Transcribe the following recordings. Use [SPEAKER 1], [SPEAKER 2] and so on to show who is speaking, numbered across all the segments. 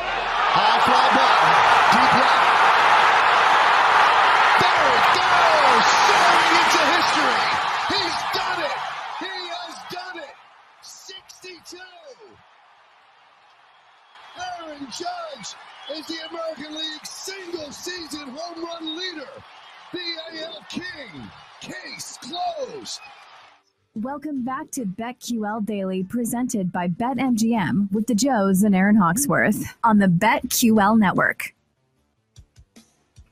[SPEAKER 1] High fly ball. Deep left. There it goes. Soaring into history. He's done it. He has done it. 62. Aaron Judge is the American League single season home run leader. BAL King. Case closed.
[SPEAKER 2] Welcome back to BetQL Daily, presented by BetMGM with the Joes and Aaron Hawksworth on the BetQL Network.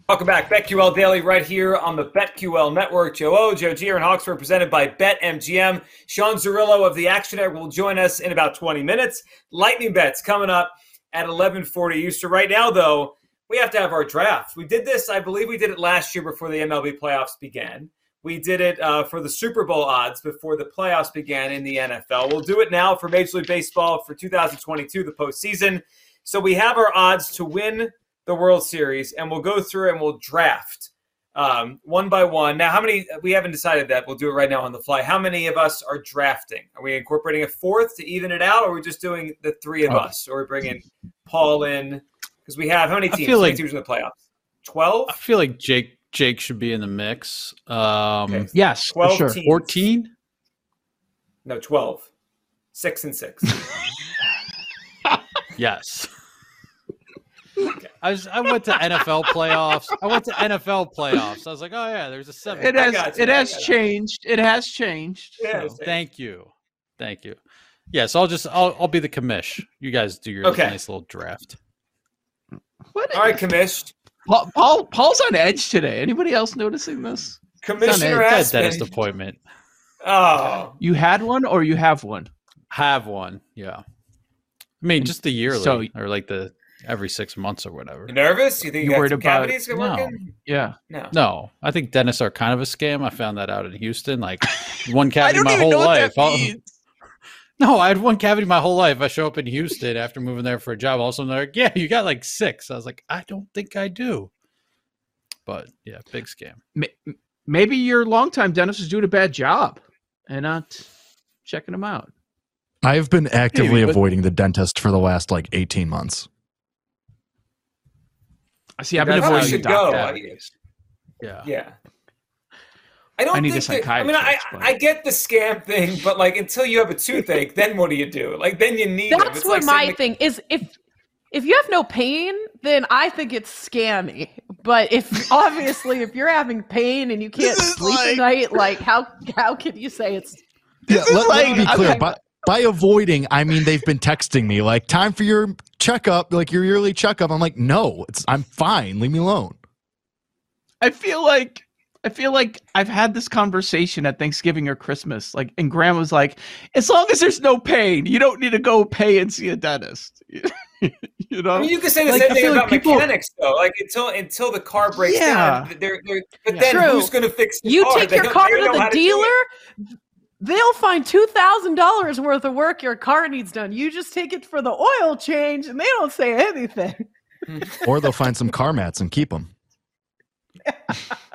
[SPEAKER 3] Welcome back, BetQL Daily, right here on the BetQL Network. Joe O, Joe Gier, and Hawks presented by BetMGM. Sean Zurillo of the Action Network will join us in about 20 minutes. Lightning bets coming up at 11:40 Eastern. Right now, though, we have to have our draft. We did this, I believe, we did it last year before the MLB playoffs began. We did it uh, for the Super Bowl odds before the playoffs began in the NFL. We'll do it now for Major League Baseball for 2022, the postseason. So we have our odds to win the World Series, and we'll go through and we'll draft um, one by one. Now, how many? We haven't decided that. We'll do it right now on the fly. How many of us are drafting? Are we incorporating a fourth to even it out, or are we just doing the three
[SPEAKER 4] Oh.
[SPEAKER 3] of us, or we bringing Paul in because we have how many
[SPEAKER 4] I
[SPEAKER 3] teams?
[SPEAKER 4] feel
[SPEAKER 3] How many
[SPEAKER 4] like- Uh,
[SPEAKER 3] teams in the playoffs? Twelve.
[SPEAKER 4] I feel like Jake Jake should be in the mix. Um,
[SPEAKER 3] Okay.
[SPEAKER 5] Yes, for
[SPEAKER 3] 12
[SPEAKER 5] sure.
[SPEAKER 3] teams.
[SPEAKER 4] Fourteen.
[SPEAKER 3] No, twelve. Six and six.
[SPEAKER 4] Yes. I was, I went to NFL playoffs. I went to NFL playoffs. I was like, oh yeah, there's a seven.
[SPEAKER 5] It
[SPEAKER 3] I
[SPEAKER 5] has
[SPEAKER 3] got you,
[SPEAKER 5] it
[SPEAKER 3] I
[SPEAKER 5] has
[SPEAKER 3] got you.
[SPEAKER 5] changed. It has changed.
[SPEAKER 3] Yeah,
[SPEAKER 5] so.
[SPEAKER 3] it's-
[SPEAKER 4] Thank you, thank you. Yes, I'll just I'll, I'll be the commish. You guys do your
[SPEAKER 3] Okay.
[SPEAKER 4] nice little draft.
[SPEAKER 5] What-
[SPEAKER 3] All right, commish.
[SPEAKER 5] Paul, Paul Paul's on edge today. Anybody else noticing this?
[SPEAKER 4] It's
[SPEAKER 3] Commissioner
[SPEAKER 4] not a dentist
[SPEAKER 3] Aspen.
[SPEAKER 4] appointment.
[SPEAKER 3] Oh,
[SPEAKER 5] You had one or you have one?
[SPEAKER 4] Have one. Yeah. I mean, just the yearly
[SPEAKER 5] so-
[SPEAKER 4] or like the every six months or whatever.
[SPEAKER 3] you nervous? You think you,
[SPEAKER 5] You
[SPEAKER 3] got
[SPEAKER 5] worried
[SPEAKER 3] some
[SPEAKER 5] about-
[SPEAKER 3] cavities good
[SPEAKER 4] no.
[SPEAKER 3] looking?
[SPEAKER 5] Yeah.
[SPEAKER 3] No.
[SPEAKER 4] No, I think dentists are kind of a scam. I found that out in Houston. Like one
[SPEAKER 5] I
[SPEAKER 4] cavity
[SPEAKER 5] don't
[SPEAKER 4] my
[SPEAKER 5] even
[SPEAKER 4] whole
[SPEAKER 5] know what
[SPEAKER 4] life.
[SPEAKER 5] that
[SPEAKER 4] I'll-
[SPEAKER 5] means.
[SPEAKER 4] no, I had one cavity my whole life. I show up in Houston after moving there for a job. Also, they're like, "Yeah, you got like six. I was like, "I don't think I do." But yeah, big scam.
[SPEAKER 5] Ma- Maybe your longtime dentist is doing a bad job and not checking him out.
[SPEAKER 6] I have been actively
[SPEAKER 4] but-
[SPEAKER 6] avoiding the dentist for the last like 18 months.
[SPEAKER 5] I see. I've been
[SPEAKER 3] That's how
[SPEAKER 5] avoiding
[SPEAKER 3] you
[SPEAKER 5] the
[SPEAKER 3] should go.
[SPEAKER 5] doctor.
[SPEAKER 3] I-
[SPEAKER 4] Yeah.
[SPEAKER 3] Yeah. I don't
[SPEAKER 5] I need a
[SPEAKER 3] think that, I mean, I,
[SPEAKER 5] psychiatrist, but-
[SPEAKER 3] I get the scam thing, but like until you have a toothache, then what do you do? Like then you need. 'em.
[SPEAKER 7] That's
[SPEAKER 3] It's
[SPEAKER 7] what
[SPEAKER 3] like
[SPEAKER 7] my
[SPEAKER 3] sitting-
[SPEAKER 7] thing is. If if you have no pain, then I think it's scammy. But if obviously if you're having pain and you can't
[SPEAKER 5] This is
[SPEAKER 7] sleep
[SPEAKER 5] like-
[SPEAKER 7] at night, like how how can you say it's
[SPEAKER 6] Yeah, let, let me
[SPEAKER 5] like-
[SPEAKER 6] be clear.
[SPEAKER 5] okay.
[SPEAKER 6] By, by avoiding, I mean they've been texting me like, "Time for your checkup, like your yearly checkup." I'm like, "No, it's I'm fine. Leave me alone."
[SPEAKER 5] I feel like I feel like I've had this conversation at Thanksgiving or Christmas. Like, and Grandma's like, "As long as there's no pain, you don't need to go pay and see a dentist." you
[SPEAKER 3] I
[SPEAKER 5] know?
[SPEAKER 3] mean, you could say the
[SPEAKER 5] Like,
[SPEAKER 3] same
[SPEAKER 5] I
[SPEAKER 3] thing
[SPEAKER 5] feel like
[SPEAKER 3] about
[SPEAKER 5] people-
[SPEAKER 3] mechanics, though. Like until until the car breaks down,
[SPEAKER 5] Yeah.
[SPEAKER 3] th- they're, they're, but
[SPEAKER 5] Yeah.
[SPEAKER 3] then
[SPEAKER 7] True.
[SPEAKER 3] who's going to fix the
[SPEAKER 7] you
[SPEAKER 3] car?
[SPEAKER 7] take
[SPEAKER 3] They
[SPEAKER 7] your
[SPEAKER 3] don't-
[SPEAKER 7] car
[SPEAKER 3] they don't
[SPEAKER 7] to
[SPEAKER 3] know how
[SPEAKER 7] the
[SPEAKER 3] do it.
[SPEAKER 7] dealer, they'll find two thousand dollars worth of work your car needs done. You just take it for the oil change, and they don't say anything.
[SPEAKER 6] Or they'll find some car mats and keep them.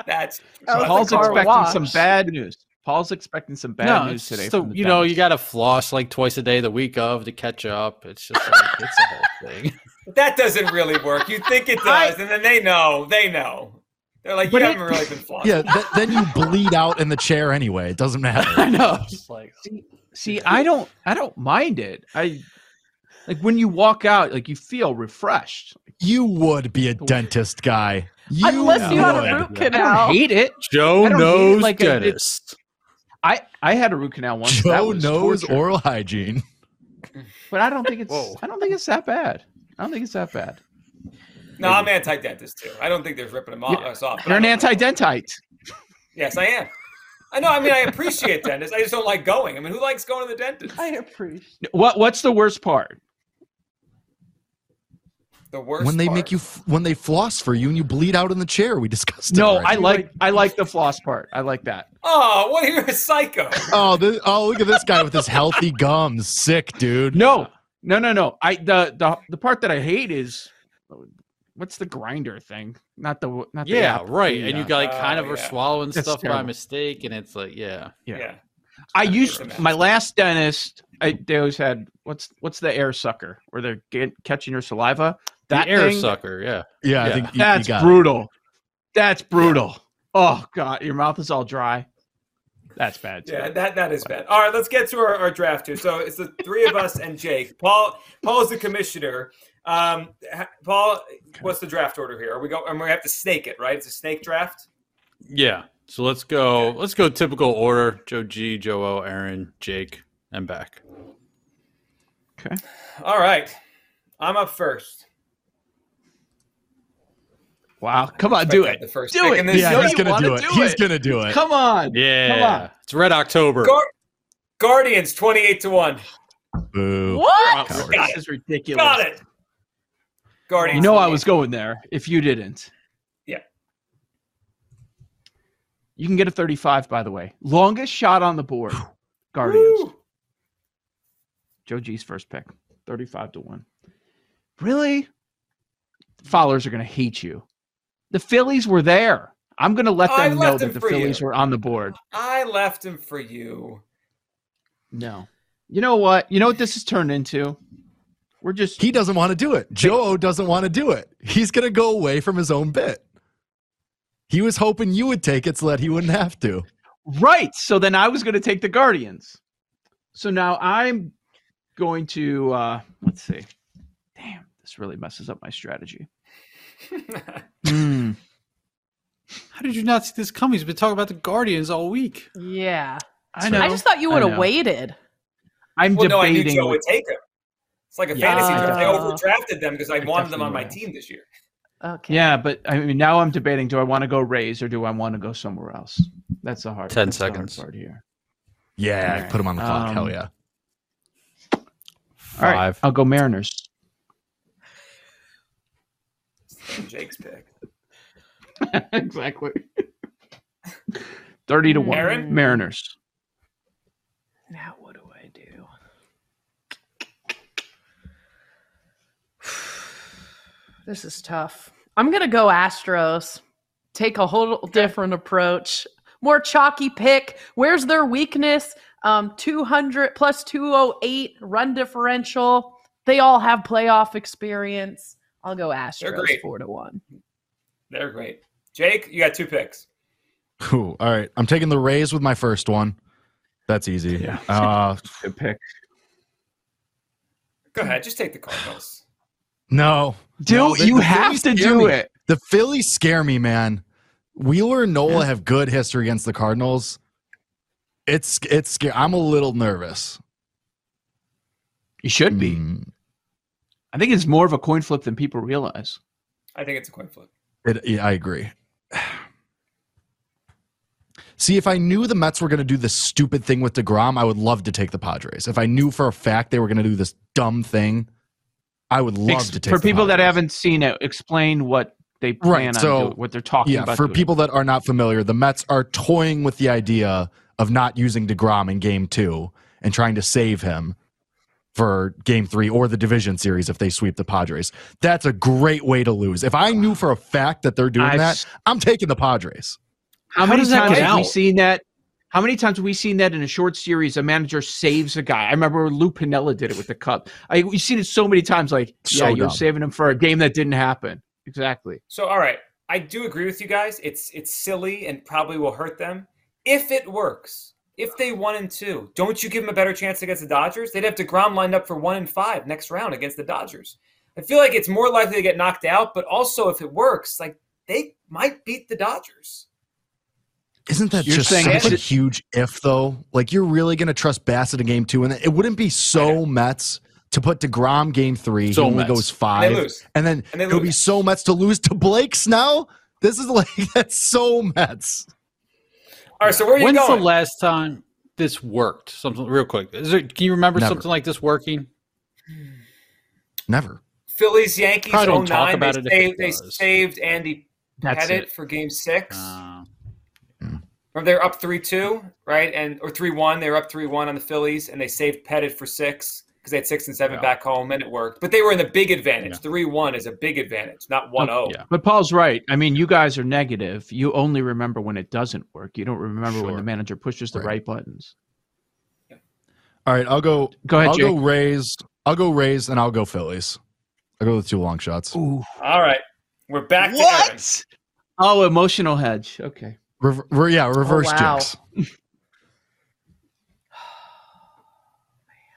[SPEAKER 3] That's
[SPEAKER 7] Oh,
[SPEAKER 3] that's
[SPEAKER 5] Paul's
[SPEAKER 7] car
[SPEAKER 5] expecting
[SPEAKER 7] wash.
[SPEAKER 5] some bad news. Paul's expecting some bad
[SPEAKER 4] no,
[SPEAKER 5] news
[SPEAKER 4] it's
[SPEAKER 5] today.
[SPEAKER 4] just the-
[SPEAKER 5] from the
[SPEAKER 4] you know, you
[SPEAKER 5] dentist.
[SPEAKER 4] got to floss like twice a day the week of to catch up. It's just like, it's a whole thing.
[SPEAKER 3] that doesn't really work. You think it does,
[SPEAKER 5] I-
[SPEAKER 3] and then they know. They know. They're like,
[SPEAKER 5] But
[SPEAKER 3] you
[SPEAKER 5] it-
[SPEAKER 3] haven't really been flossing.
[SPEAKER 6] Yeah, th- then you bleed out in the chair anyway. It doesn't matter.
[SPEAKER 4] I know. It's like oh,
[SPEAKER 5] See, I don't, I don't mind it. I like when you walk out, like you feel refreshed.
[SPEAKER 6] You would be a dentist guy. You
[SPEAKER 7] Unless you had
[SPEAKER 6] would.
[SPEAKER 7] a root
[SPEAKER 4] Yeah.
[SPEAKER 5] I don't
[SPEAKER 7] canal.
[SPEAKER 5] hate it.
[SPEAKER 4] Joe
[SPEAKER 5] I don't need it
[SPEAKER 4] knows
[SPEAKER 5] like I did-
[SPEAKER 4] dentist.
[SPEAKER 5] I I had a root canal once. that
[SPEAKER 6] Joe
[SPEAKER 5] was
[SPEAKER 6] knows
[SPEAKER 5] torture.
[SPEAKER 6] oral hygiene.
[SPEAKER 5] but I don't think it's.
[SPEAKER 4] Whoa.
[SPEAKER 5] I don't think it's that bad. I don't think it's that bad.
[SPEAKER 3] No, I'm anti-dentist too. I don't think they're ripping them off, us off.
[SPEAKER 5] You're an anti-dentite.
[SPEAKER 3] Yes, I am. I know. I mean, I appreciate dentists. I just don't like going. I mean, who likes going to the dentist?
[SPEAKER 7] I appreciate.
[SPEAKER 5] What What's the worst part?
[SPEAKER 3] The worst.
[SPEAKER 6] When they make
[SPEAKER 3] part.
[SPEAKER 6] you, f- when they floss for you and you bleed out in the chair, we discussed. it
[SPEAKER 5] No,
[SPEAKER 6] already.
[SPEAKER 5] I like I like the floss part. I like that.
[SPEAKER 3] Oh, what? You're a psycho.
[SPEAKER 6] Oh, this, oh, look at this guy with his healthy gums. Sick, dude.
[SPEAKER 5] No, no, no, no. I the the the part that I hate is what's the grinder thing? Not the not the
[SPEAKER 4] Yeah,
[SPEAKER 5] app,
[SPEAKER 4] right.
[SPEAKER 5] the,
[SPEAKER 4] And you
[SPEAKER 5] uh,
[SPEAKER 4] got like kind
[SPEAKER 3] Oh,
[SPEAKER 4] of are
[SPEAKER 3] yeah.
[SPEAKER 4] swallowing
[SPEAKER 5] That's
[SPEAKER 4] stuff by
[SPEAKER 5] terrible.
[SPEAKER 4] mistake, and it's like, yeah.
[SPEAKER 5] Yeah.
[SPEAKER 3] yeah.
[SPEAKER 5] I
[SPEAKER 3] it's
[SPEAKER 5] used
[SPEAKER 3] a mess.
[SPEAKER 5] my last dentist. I they always had what's what's the air sucker where they're get, catching your saliva. That
[SPEAKER 4] the air
[SPEAKER 5] thing,
[SPEAKER 4] sucker, yeah.
[SPEAKER 6] Yeah, I
[SPEAKER 4] Yeah.
[SPEAKER 6] think you, you
[SPEAKER 5] That's
[SPEAKER 6] got it.
[SPEAKER 5] brutal. That's brutal. Oh god, your mouth is all dry. That's bad. Too.
[SPEAKER 3] Yeah, that that is bad. All right, let's get to our, our draft here. So it's the three of us and Jake. Paul Paul's the commissioner. Um, ha- Paul, what's the draft order here? Are we go? And we have to snake it, right? It's a snake draft.
[SPEAKER 4] Yeah. So let's go. Let's go typical order: Joe G, Joe O, Aaron, Jake, and back.
[SPEAKER 3] All right, I'm up first.
[SPEAKER 5] Wow. Come on, do
[SPEAKER 3] Expect
[SPEAKER 5] it.
[SPEAKER 3] The first
[SPEAKER 5] Do
[SPEAKER 3] pick,
[SPEAKER 5] it.
[SPEAKER 3] and then-
[SPEAKER 6] Yeah,
[SPEAKER 5] No,
[SPEAKER 6] he's
[SPEAKER 5] you
[SPEAKER 6] gonna
[SPEAKER 5] wanna
[SPEAKER 6] do it.
[SPEAKER 5] do
[SPEAKER 6] He's
[SPEAKER 5] it.
[SPEAKER 6] gonna do it.
[SPEAKER 5] Come on.
[SPEAKER 4] Yeah.
[SPEAKER 5] on.
[SPEAKER 4] It's Red October.
[SPEAKER 3] Guar- Guardians twenty-eight to one.
[SPEAKER 6] Boo.
[SPEAKER 7] What?
[SPEAKER 6] Coward.
[SPEAKER 5] This is ridiculous.
[SPEAKER 3] Got it. Guardians.
[SPEAKER 5] You know I
[SPEAKER 3] 28.
[SPEAKER 5] was going there if you didn't.
[SPEAKER 3] Yeah.
[SPEAKER 5] You can get a 35, by the way. Longest shot on the board. Guardians.
[SPEAKER 3] Woo!
[SPEAKER 5] Joe G's first pick. 35 to 1. Really? Followers are going to hate you. The Phillies were there. I'm going to let
[SPEAKER 3] Oh, I
[SPEAKER 5] them
[SPEAKER 3] left
[SPEAKER 5] know
[SPEAKER 3] them
[SPEAKER 5] that the
[SPEAKER 3] for
[SPEAKER 5] Phillies
[SPEAKER 3] you.
[SPEAKER 5] were on the board.
[SPEAKER 3] I left him for you.
[SPEAKER 5] No. You know what? You know what this has turned into? We're just
[SPEAKER 6] He doesn't want to do it. Joe doesn't want to do it. He's gonna go away from his own bit. He was hoping you would take it so that he wouldn't have to.
[SPEAKER 5] Right. So then I was going to take the Guardians. So now I'm going to uh let's see. Damn, this really messes up my strategy. Hmm,
[SPEAKER 4] How did you not see this coming? He's been talking about the Guardians all week.
[SPEAKER 7] Yeah.
[SPEAKER 5] I
[SPEAKER 7] I just thought you
[SPEAKER 5] I
[SPEAKER 7] would have
[SPEAKER 5] know.
[SPEAKER 7] waited.
[SPEAKER 5] I'm
[SPEAKER 3] well, no, I knew
[SPEAKER 5] debating.
[SPEAKER 3] Joe
[SPEAKER 5] with-
[SPEAKER 3] would take him. It's like a
[SPEAKER 5] Yeah,
[SPEAKER 3] fantasy
[SPEAKER 7] I
[SPEAKER 3] draft. I
[SPEAKER 7] know.
[SPEAKER 3] overdrafted them because I,
[SPEAKER 5] I
[SPEAKER 3] wanted them on my
[SPEAKER 5] definitely
[SPEAKER 3] team this year.
[SPEAKER 7] Okay.
[SPEAKER 5] yeah, but I mean now I'm debating do I want to go Rays or do I want to go somewhere else? That's the hard
[SPEAKER 4] 10
[SPEAKER 5] that's the hard
[SPEAKER 4] seconds.
[SPEAKER 5] part here.
[SPEAKER 6] Yeah,
[SPEAKER 5] Alright.
[SPEAKER 6] put him on the clock.
[SPEAKER 5] Um,
[SPEAKER 6] Hell yeah.
[SPEAKER 5] All right. I'll go Mariners.
[SPEAKER 3] Jake's pick.
[SPEAKER 5] exactly. 30 to 1
[SPEAKER 3] Aaron?
[SPEAKER 5] Mariners.
[SPEAKER 7] Now what do I do? This is tough. I'm gonna go Astros. Take a whole different approach. More chalky pick. Where's their weakness? Um, 200 plus 208 run differential. They all have playoff experience. I'll go Astros
[SPEAKER 3] great.
[SPEAKER 7] four to one.
[SPEAKER 3] They're great. Jake, you got two picks.
[SPEAKER 6] Ooh, all right. I'm taking the Rays with my first one. That's easy.
[SPEAKER 5] Yeah.
[SPEAKER 6] Uh,
[SPEAKER 5] Good pick.
[SPEAKER 3] Go
[SPEAKER 5] Hmm.
[SPEAKER 3] ahead, just take the Cardinals.
[SPEAKER 6] no.
[SPEAKER 5] Do
[SPEAKER 6] No, the-
[SPEAKER 5] you
[SPEAKER 6] the
[SPEAKER 5] have
[SPEAKER 6] Phillies
[SPEAKER 5] to
[SPEAKER 6] scare
[SPEAKER 5] do
[SPEAKER 6] me.
[SPEAKER 5] it?
[SPEAKER 6] The Phillies scare me, man. Wheeler and Nola have good history against the Cardinals. It's it's scar- I'm a little nervous.
[SPEAKER 5] You should be.
[SPEAKER 6] Mm,
[SPEAKER 5] I think it's more of a coin flip than people realize.
[SPEAKER 3] I think it's a coin flip.
[SPEAKER 6] it, yeah, I agree. See, if I knew the Mets were going to do this stupid thing with DeGrom, I would love to take the Padres. If I knew for a fact they were going to do this dumb thing, I would love
[SPEAKER 5] Ex-
[SPEAKER 6] to take
[SPEAKER 5] for
[SPEAKER 6] the
[SPEAKER 5] people that
[SPEAKER 6] Padres.
[SPEAKER 5] haven't seen it, explain what they plan
[SPEAKER 6] Right,
[SPEAKER 5] on
[SPEAKER 6] so-
[SPEAKER 5] doing, what they're talking
[SPEAKER 6] yeah,
[SPEAKER 5] about.
[SPEAKER 6] for
[SPEAKER 5] doing.
[SPEAKER 6] people that are not familiar, the Mets are toying with the idea of not using DeGrom in game two and trying to save him for game three or the division series if they sweep the Padres. That's a great way to lose. If I knew for a fact that they're doing
[SPEAKER 5] I've
[SPEAKER 6] that,
[SPEAKER 5] s-
[SPEAKER 6] I'm taking the Padres.
[SPEAKER 4] How
[SPEAKER 5] How, many
[SPEAKER 4] does that
[SPEAKER 5] times
[SPEAKER 4] get
[SPEAKER 5] have we
[SPEAKER 4] out?
[SPEAKER 5] seen that? How many times have we seen that in a short series? A manager saves a guy. I remember Lou Pinella did it with the Cup. I, we've seen it so many times. Like,
[SPEAKER 6] So
[SPEAKER 5] yeah, you're
[SPEAKER 6] dumb.
[SPEAKER 5] saving him for a game that didn't happen. Exactly.
[SPEAKER 3] So, all right, I do agree with you guys. It's it's silly and probably will hurt them if it works. If they one and two, don't you give them a better chance against the Dodgers? They'd have Degrom lined up for one and five next round against the Dodgers. I feel like it's more likely to get knocked out, but also if it works, like they might beat the Dodgers.
[SPEAKER 6] Isn't that
[SPEAKER 4] You're
[SPEAKER 6] just
[SPEAKER 4] saying
[SPEAKER 6] such a
[SPEAKER 4] Bassett-
[SPEAKER 6] huge if though? Like you're really going to trust Bassett in game two, and it wouldn't be so Mets to put Degrom game three.
[SPEAKER 4] So
[SPEAKER 6] he only
[SPEAKER 4] Mets.
[SPEAKER 6] goes
[SPEAKER 3] And
[SPEAKER 6] five,
[SPEAKER 3] they lose.
[SPEAKER 6] and then
[SPEAKER 3] And they
[SPEAKER 6] it would be
[SPEAKER 3] lose.
[SPEAKER 6] so Mets to lose to Blake's now. This is like that's so Mets.
[SPEAKER 3] All right, so where are you
[SPEAKER 4] When's
[SPEAKER 3] going?
[SPEAKER 4] the last time this worked? Something real quick. Is there, can you remember
[SPEAKER 6] Never.
[SPEAKER 4] something like this working?
[SPEAKER 6] Never.
[SPEAKER 3] Phillies, Yankees,
[SPEAKER 4] Probably
[SPEAKER 3] 09.
[SPEAKER 4] don't talk about
[SPEAKER 3] they,
[SPEAKER 4] it
[SPEAKER 3] saved,
[SPEAKER 4] if it
[SPEAKER 3] they
[SPEAKER 4] does.
[SPEAKER 3] saved Andy
[SPEAKER 5] That's
[SPEAKER 3] Pettit
[SPEAKER 5] it.
[SPEAKER 3] for game six.
[SPEAKER 4] Uh,
[SPEAKER 3] Remember they're up three two, right? And or three one. They were up three one on the Phillies, and they saved Pettit for six because they had six and seven
[SPEAKER 4] Yeah.
[SPEAKER 3] back home, and it worked. But they were in the big advantage.
[SPEAKER 4] Yeah.
[SPEAKER 3] Three one is a big advantage, not one oh. zero.
[SPEAKER 4] yeah.
[SPEAKER 5] But Paul's right. I mean, you guys are negative. You only remember when it doesn't work. You don't remember when
[SPEAKER 6] Sure.
[SPEAKER 5] the manager pushes the
[SPEAKER 6] Right.
[SPEAKER 5] right, buttons.
[SPEAKER 6] All right, I'll go.
[SPEAKER 5] Go ahead,
[SPEAKER 6] I'll
[SPEAKER 5] Jake.
[SPEAKER 6] go Rays. I'll go Rays, and I'll go Phillies. I'll go with two long shots.
[SPEAKER 5] Ooh.
[SPEAKER 3] All right, we're back to Evan.
[SPEAKER 5] What? Oh, emotional hedge. Okay.
[SPEAKER 6] Rever- re- yeah, reverse
[SPEAKER 7] Oh, wow.
[SPEAKER 6] jinx.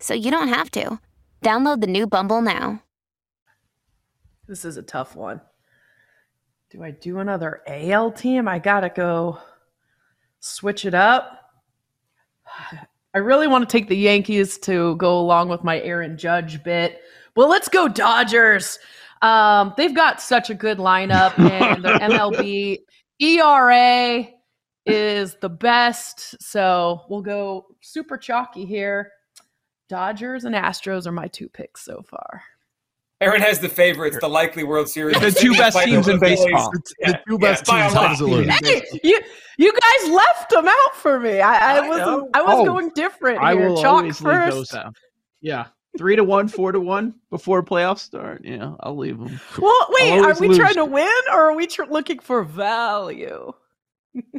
[SPEAKER 8] so you don't have to. Download the new Bumble now.
[SPEAKER 7] This is a tough one. Do I do another AL team? I gotta go switch it up. I really want to take the Yankees to go along with my Aaron Judge bit. Well, let's go Dodgers. Um, they've got such a good lineup, and their MLB ERA E is the best. So we'll go super chalky here. Dodgers and Astros are my two picks so far.
[SPEAKER 3] Aaron has the favorites, the likely World Series.
[SPEAKER 5] The two best
[SPEAKER 3] Fight
[SPEAKER 5] teams
[SPEAKER 3] over
[SPEAKER 5] in
[SPEAKER 3] the Phillies.
[SPEAKER 5] baseball.
[SPEAKER 6] The,
[SPEAKER 3] Yeah,
[SPEAKER 6] the two
[SPEAKER 3] yeah,
[SPEAKER 6] best
[SPEAKER 3] by a
[SPEAKER 6] teams. How
[SPEAKER 3] lot.
[SPEAKER 6] does it look?
[SPEAKER 7] you, you, you guys left them out for me. I, I,
[SPEAKER 3] I
[SPEAKER 7] wasn't.
[SPEAKER 3] know.
[SPEAKER 7] I was
[SPEAKER 5] Oh,
[SPEAKER 7] going different
[SPEAKER 5] I
[SPEAKER 7] here.
[SPEAKER 5] will
[SPEAKER 7] Chalk
[SPEAKER 5] always leave
[SPEAKER 7] first.
[SPEAKER 5] those out. Yeah. Three to one, four to one before playoffs start. Yeah, I'll leave them.
[SPEAKER 7] Well, wait. Are
[SPEAKER 5] always
[SPEAKER 7] we
[SPEAKER 5] lose.
[SPEAKER 7] trying to win, or are we tr- looking for value?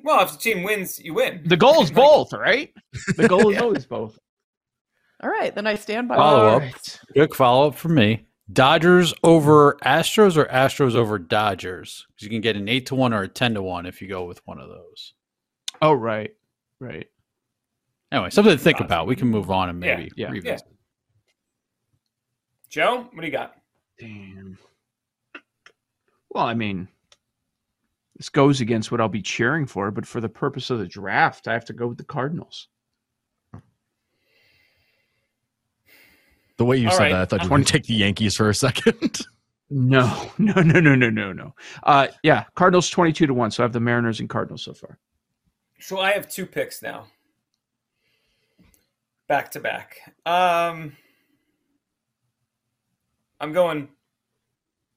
[SPEAKER 3] Well, if the team wins, you win.
[SPEAKER 5] The goal is both, right? The goal is always both.
[SPEAKER 7] All right, then I stand by.
[SPEAKER 4] Follow
[SPEAKER 7] my
[SPEAKER 4] up.
[SPEAKER 7] picks.
[SPEAKER 4] Quick follow up for me. Dodgers over Astros or Astros over Dodgers? 'Cause you can get an eight to one or a ten to one if you go with one of those.
[SPEAKER 5] Oh, right. Right.
[SPEAKER 4] Anyway, something to think about. We can move on and
[SPEAKER 3] Yeah,
[SPEAKER 4] maybe
[SPEAKER 5] yeah.
[SPEAKER 4] revisit.
[SPEAKER 3] Joe, what do you got?
[SPEAKER 5] Damn. Well, I mean, this goes against what I'll be cheering for, but for the purpose of the draft, I have to go with the Cardinals.
[SPEAKER 6] The way you
[SPEAKER 3] All
[SPEAKER 6] said
[SPEAKER 3] right.
[SPEAKER 6] that, I thought you were going to take the Yankees for a second.
[SPEAKER 5] No, no, no, no, no, no, no. Uh, yeah, Cardinals twenty-two to one. So I have the Mariners and Cardinals so far.
[SPEAKER 3] So I have two picks now. Back to back. Um I'm going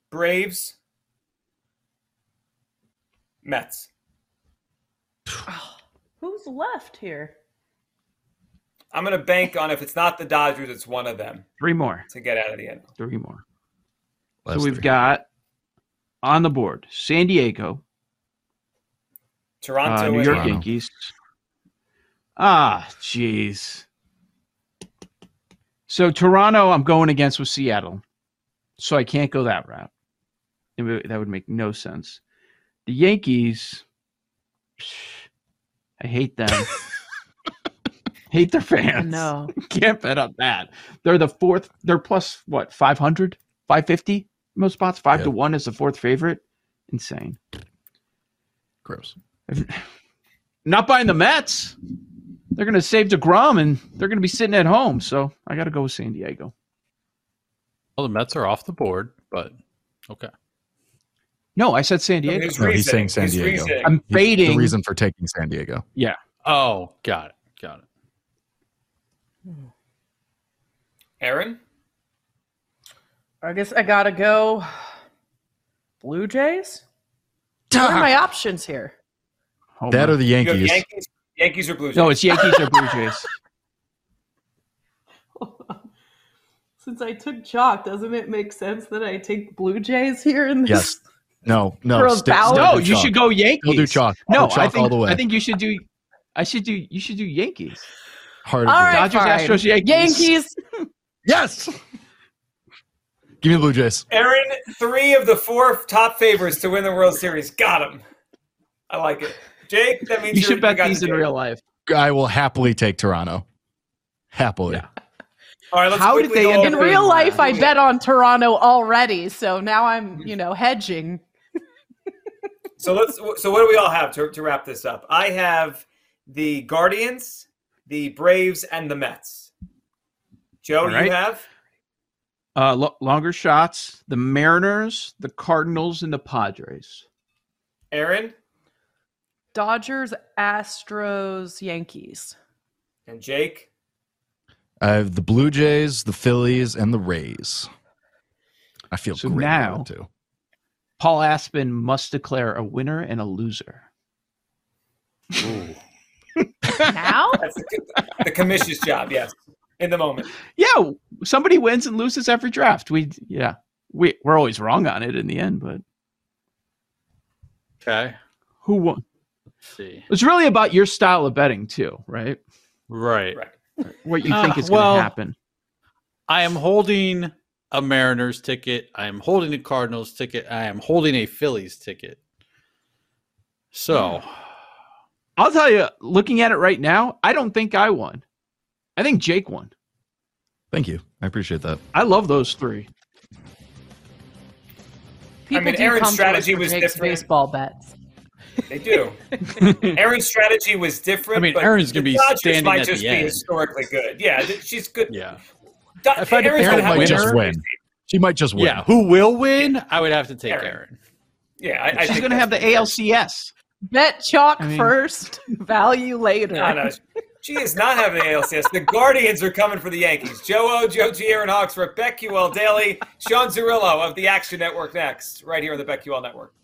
[SPEAKER 3] Braves Mets.
[SPEAKER 7] Who's left here?
[SPEAKER 3] I'm going to bank on if it's not the Dodgers it's one of them
[SPEAKER 5] Three more,
[SPEAKER 3] to get out of the end.
[SPEAKER 5] three more.
[SPEAKER 6] Last
[SPEAKER 5] so we've
[SPEAKER 6] three.
[SPEAKER 5] got on the board San Diego,
[SPEAKER 3] Toronto
[SPEAKER 5] uh, New
[SPEAKER 3] and
[SPEAKER 5] York
[SPEAKER 6] Toronto.
[SPEAKER 5] Yankees. Ah, jeez. So Toronto, I'm going against with Seattle, so I can't go that route. It would- that would make no sense. The Yankees, I hate them. hate their fans.
[SPEAKER 7] No.
[SPEAKER 5] can't bet on that. They're the fourth. They're plus what 500, 550 most spots. Five
[SPEAKER 6] Yeah.
[SPEAKER 5] to one is the fourth favorite. Insane.
[SPEAKER 6] Gross.
[SPEAKER 5] Not buying the Mets. They're going to save Degrom, and they're going to be sitting at home. So I got to go with San Diego.
[SPEAKER 4] Well, the Mets are off the board, but okay.
[SPEAKER 5] No, I said San Diego.
[SPEAKER 3] His
[SPEAKER 6] No, he's saying
[SPEAKER 3] reasoning-
[SPEAKER 6] San
[SPEAKER 3] his
[SPEAKER 6] Diego.
[SPEAKER 3] reasoning-
[SPEAKER 5] I'm
[SPEAKER 6] He's The
[SPEAKER 5] fading.
[SPEAKER 6] reason for taking San Diego.
[SPEAKER 5] Yeah,
[SPEAKER 4] Oh, got it. Got it.
[SPEAKER 3] Aaron?
[SPEAKER 7] I guess I gotta go. Blue Jays. What are my options here?
[SPEAKER 5] Oh,
[SPEAKER 6] That or the
[SPEAKER 3] You go
[SPEAKER 6] Yankees.
[SPEAKER 3] Yankees, Yankees or Blue Jays?
[SPEAKER 5] No, it's Yankees or Blue Jays.
[SPEAKER 7] Since I took chalk, doesn't it make sense that I take Blue Jays here in this?
[SPEAKER 6] Yes. No, no.
[SPEAKER 7] For a
[SPEAKER 6] stick-
[SPEAKER 7] ballot?
[SPEAKER 6] stick
[SPEAKER 5] No,
[SPEAKER 6] with
[SPEAKER 5] you
[SPEAKER 6] chalk.
[SPEAKER 5] should go Yankees.
[SPEAKER 6] We'll do chalk.
[SPEAKER 5] No,
[SPEAKER 6] We'll do
[SPEAKER 5] I
[SPEAKER 6] chalk
[SPEAKER 5] think
[SPEAKER 6] all the way.
[SPEAKER 5] I think you should do. I should do. You should do Yankees.
[SPEAKER 6] Hard
[SPEAKER 7] All
[SPEAKER 6] agree.
[SPEAKER 7] right,
[SPEAKER 5] Dodgers,
[SPEAKER 7] fine.
[SPEAKER 5] Astros, Yankees.
[SPEAKER 7] Yankees.
[SPEAKER 6] Yes. Give me the Blue Jays.
[SPEAKER 3] Aaron, three of the four top favorites to win the World Series. Got him. I like it. Jake, that means
[SPEAKER 5] You should bet
[SPEAKER 3] got
[SPEAKER 5] these
[SPEAKER 3] the
[SPEAKER 5] in
[SPEAKER 3] Jake.
[SPEAKER 5] real life.
[SPEAKER 6] I will happily take Toronto. Happily.
[SPEAKER 3] All right, let's
[SPEAKER 5] How did
[SPEAKER 3] quickly
[SPEAKER 5] they
[SPEAKER 3] go
[SPEAKER 5] end
[SPEAKER 3] over-
[SPEAKER 7] In
[SPEAKER 5] up
[SPEAKER 7] real
[SPEAKER 5] in-
[SPEAKER 7] life, I bet on Toronto already, so now I'm,
[SPEAKER 3] Mm-hmm.
[SPEAKER 7] you know, hedging.
[SPEAKER 3] So let's. So what do we all have to, to wrap this up? I have the Guardians, the Braves, and the Mets. Joe,
[SPEAKER 5] All right.
[SPEAKER 3] you have.
[SPEAKER 5] Uh, lo- longer shots. The Mariners, the Cardinals, and the Padres.
[SPEAKER 3] Aaron
[SPEAKER 7] Dodgers, Astros, Yankees.
[SPEAKER 3] and Jake.
[SPEAKER 6] I have the Blue Jays, the Phillies, and the Rays. I feel
[SPEAKER 5] So
[SPEAKER 6] great
[SPEAKER 5] now-
[SPEAKER 6] about it, too.
[SPEAKER 5] Paul Aspen must declare a winner and a loser.
[SPEAKER 7] Now?
[SPEAKER 3] That's the, the commission's job. Yes, in the moment.
[SPEAKER 5] Yeah, somebody wins and loses every draft. We yeah, we we're always wrong on it in the end, but
[SPEAKER 4] Okay.
[SPEAKER 5] who won?
[SPEAKER 4] Let's see.
[SPEAKER 5] It's really about your style of betting too, right?
[SPEAKER 4] Right.
[SPEAKER 3] Right.
[SPEAKER 5] What you
[SPEAKER 4] Uh,
[SPEAKER 5] think is
[SPEAKER 4] well-
[SPEAKER 5] going to happen.
[SPEAKER 4] I am holding a Mariners ticket. I am holding a Cardinals ticket. I am holding a Phillies ticket. So
[SPEAKER 5] I'll tell you, looking at it right now, I don't think I won. I think Jake won.
[SPEAKER 6] Thank you. I appreciate that.
[SPEAKER 5] I love those three.
[SPEAKER 7] People
[SPEAKER 3] mean,
[SPEAKER 7] do
[SPEAKER 3] Aaron's
[SPEAKER 7] come to
[SPEAKER 3] strategy
[SPEAKER 7] us for
[SPEAKER 3] was
[SPEAKER 7] Jake's
[SPEAKER 3] different.
[SPEAKER 7] baseball bets.
[SPEAKER 3] They do. Aaron's strategy was different.
[SPEAKER 4] I mean,
[SPEAKER 3] but
[SPEAKER 4] Aaron's
[SPEAKER 3] the
[SPEAKER 4] gonna be
[SPEAKER 3] Dodgers
[SPEAKER 4] standing
[SPEAKER 3] might
[SPEAKER 4] at
[SPEAKER 3] just
[SPEAKER 4] the
[SPEAKER 3] be
[SPEAKER 4] end.
[SPEAKER 3] historically good. Yeah, th- she's good.
[SPEAKER 4] yeah,
[SPEAKER 3] Do-
[SPEAKER 4] If I had to
[SPEAKER 3] Aaron's
[SPEAKER 4] pick
[SPEAKER 3] gonna
[SPEAKER 6] Aaron
[SPEAKER 3] have
[SPEAKER 6] might
[SPEAKER 3] a
[SPEAKER 6] just
[SPEAKER 3] winner.
[SPEAKER 6] win. She might just win.
[SPEAKER 4] yeah. Who will win? I would have to take
[SPEAKER 3] Aaron.
[SPEAKER 4] Aaron.
[SPEAKER 3] Yeah, I, I
[SPEAKER 5] She's
[SPEAKER 3] think
[SPEAKER 5] going to have the
[SPEAKER 3] that's-
[SPEAKER 5] ALCS.
[SPEAKER 7] Bet chalk
[SPEAKER 5] I mean-
[SPEAKER 7] first, value later.
[SPEAKER 3] No, no. She is not having an ALCS. The Guardians are coming for the Yankees. Joe O, Joe G, Aaron Hawks, Rebecca Daily, Sean Zurillo of the Action Network next, right here on the BeckQL Network.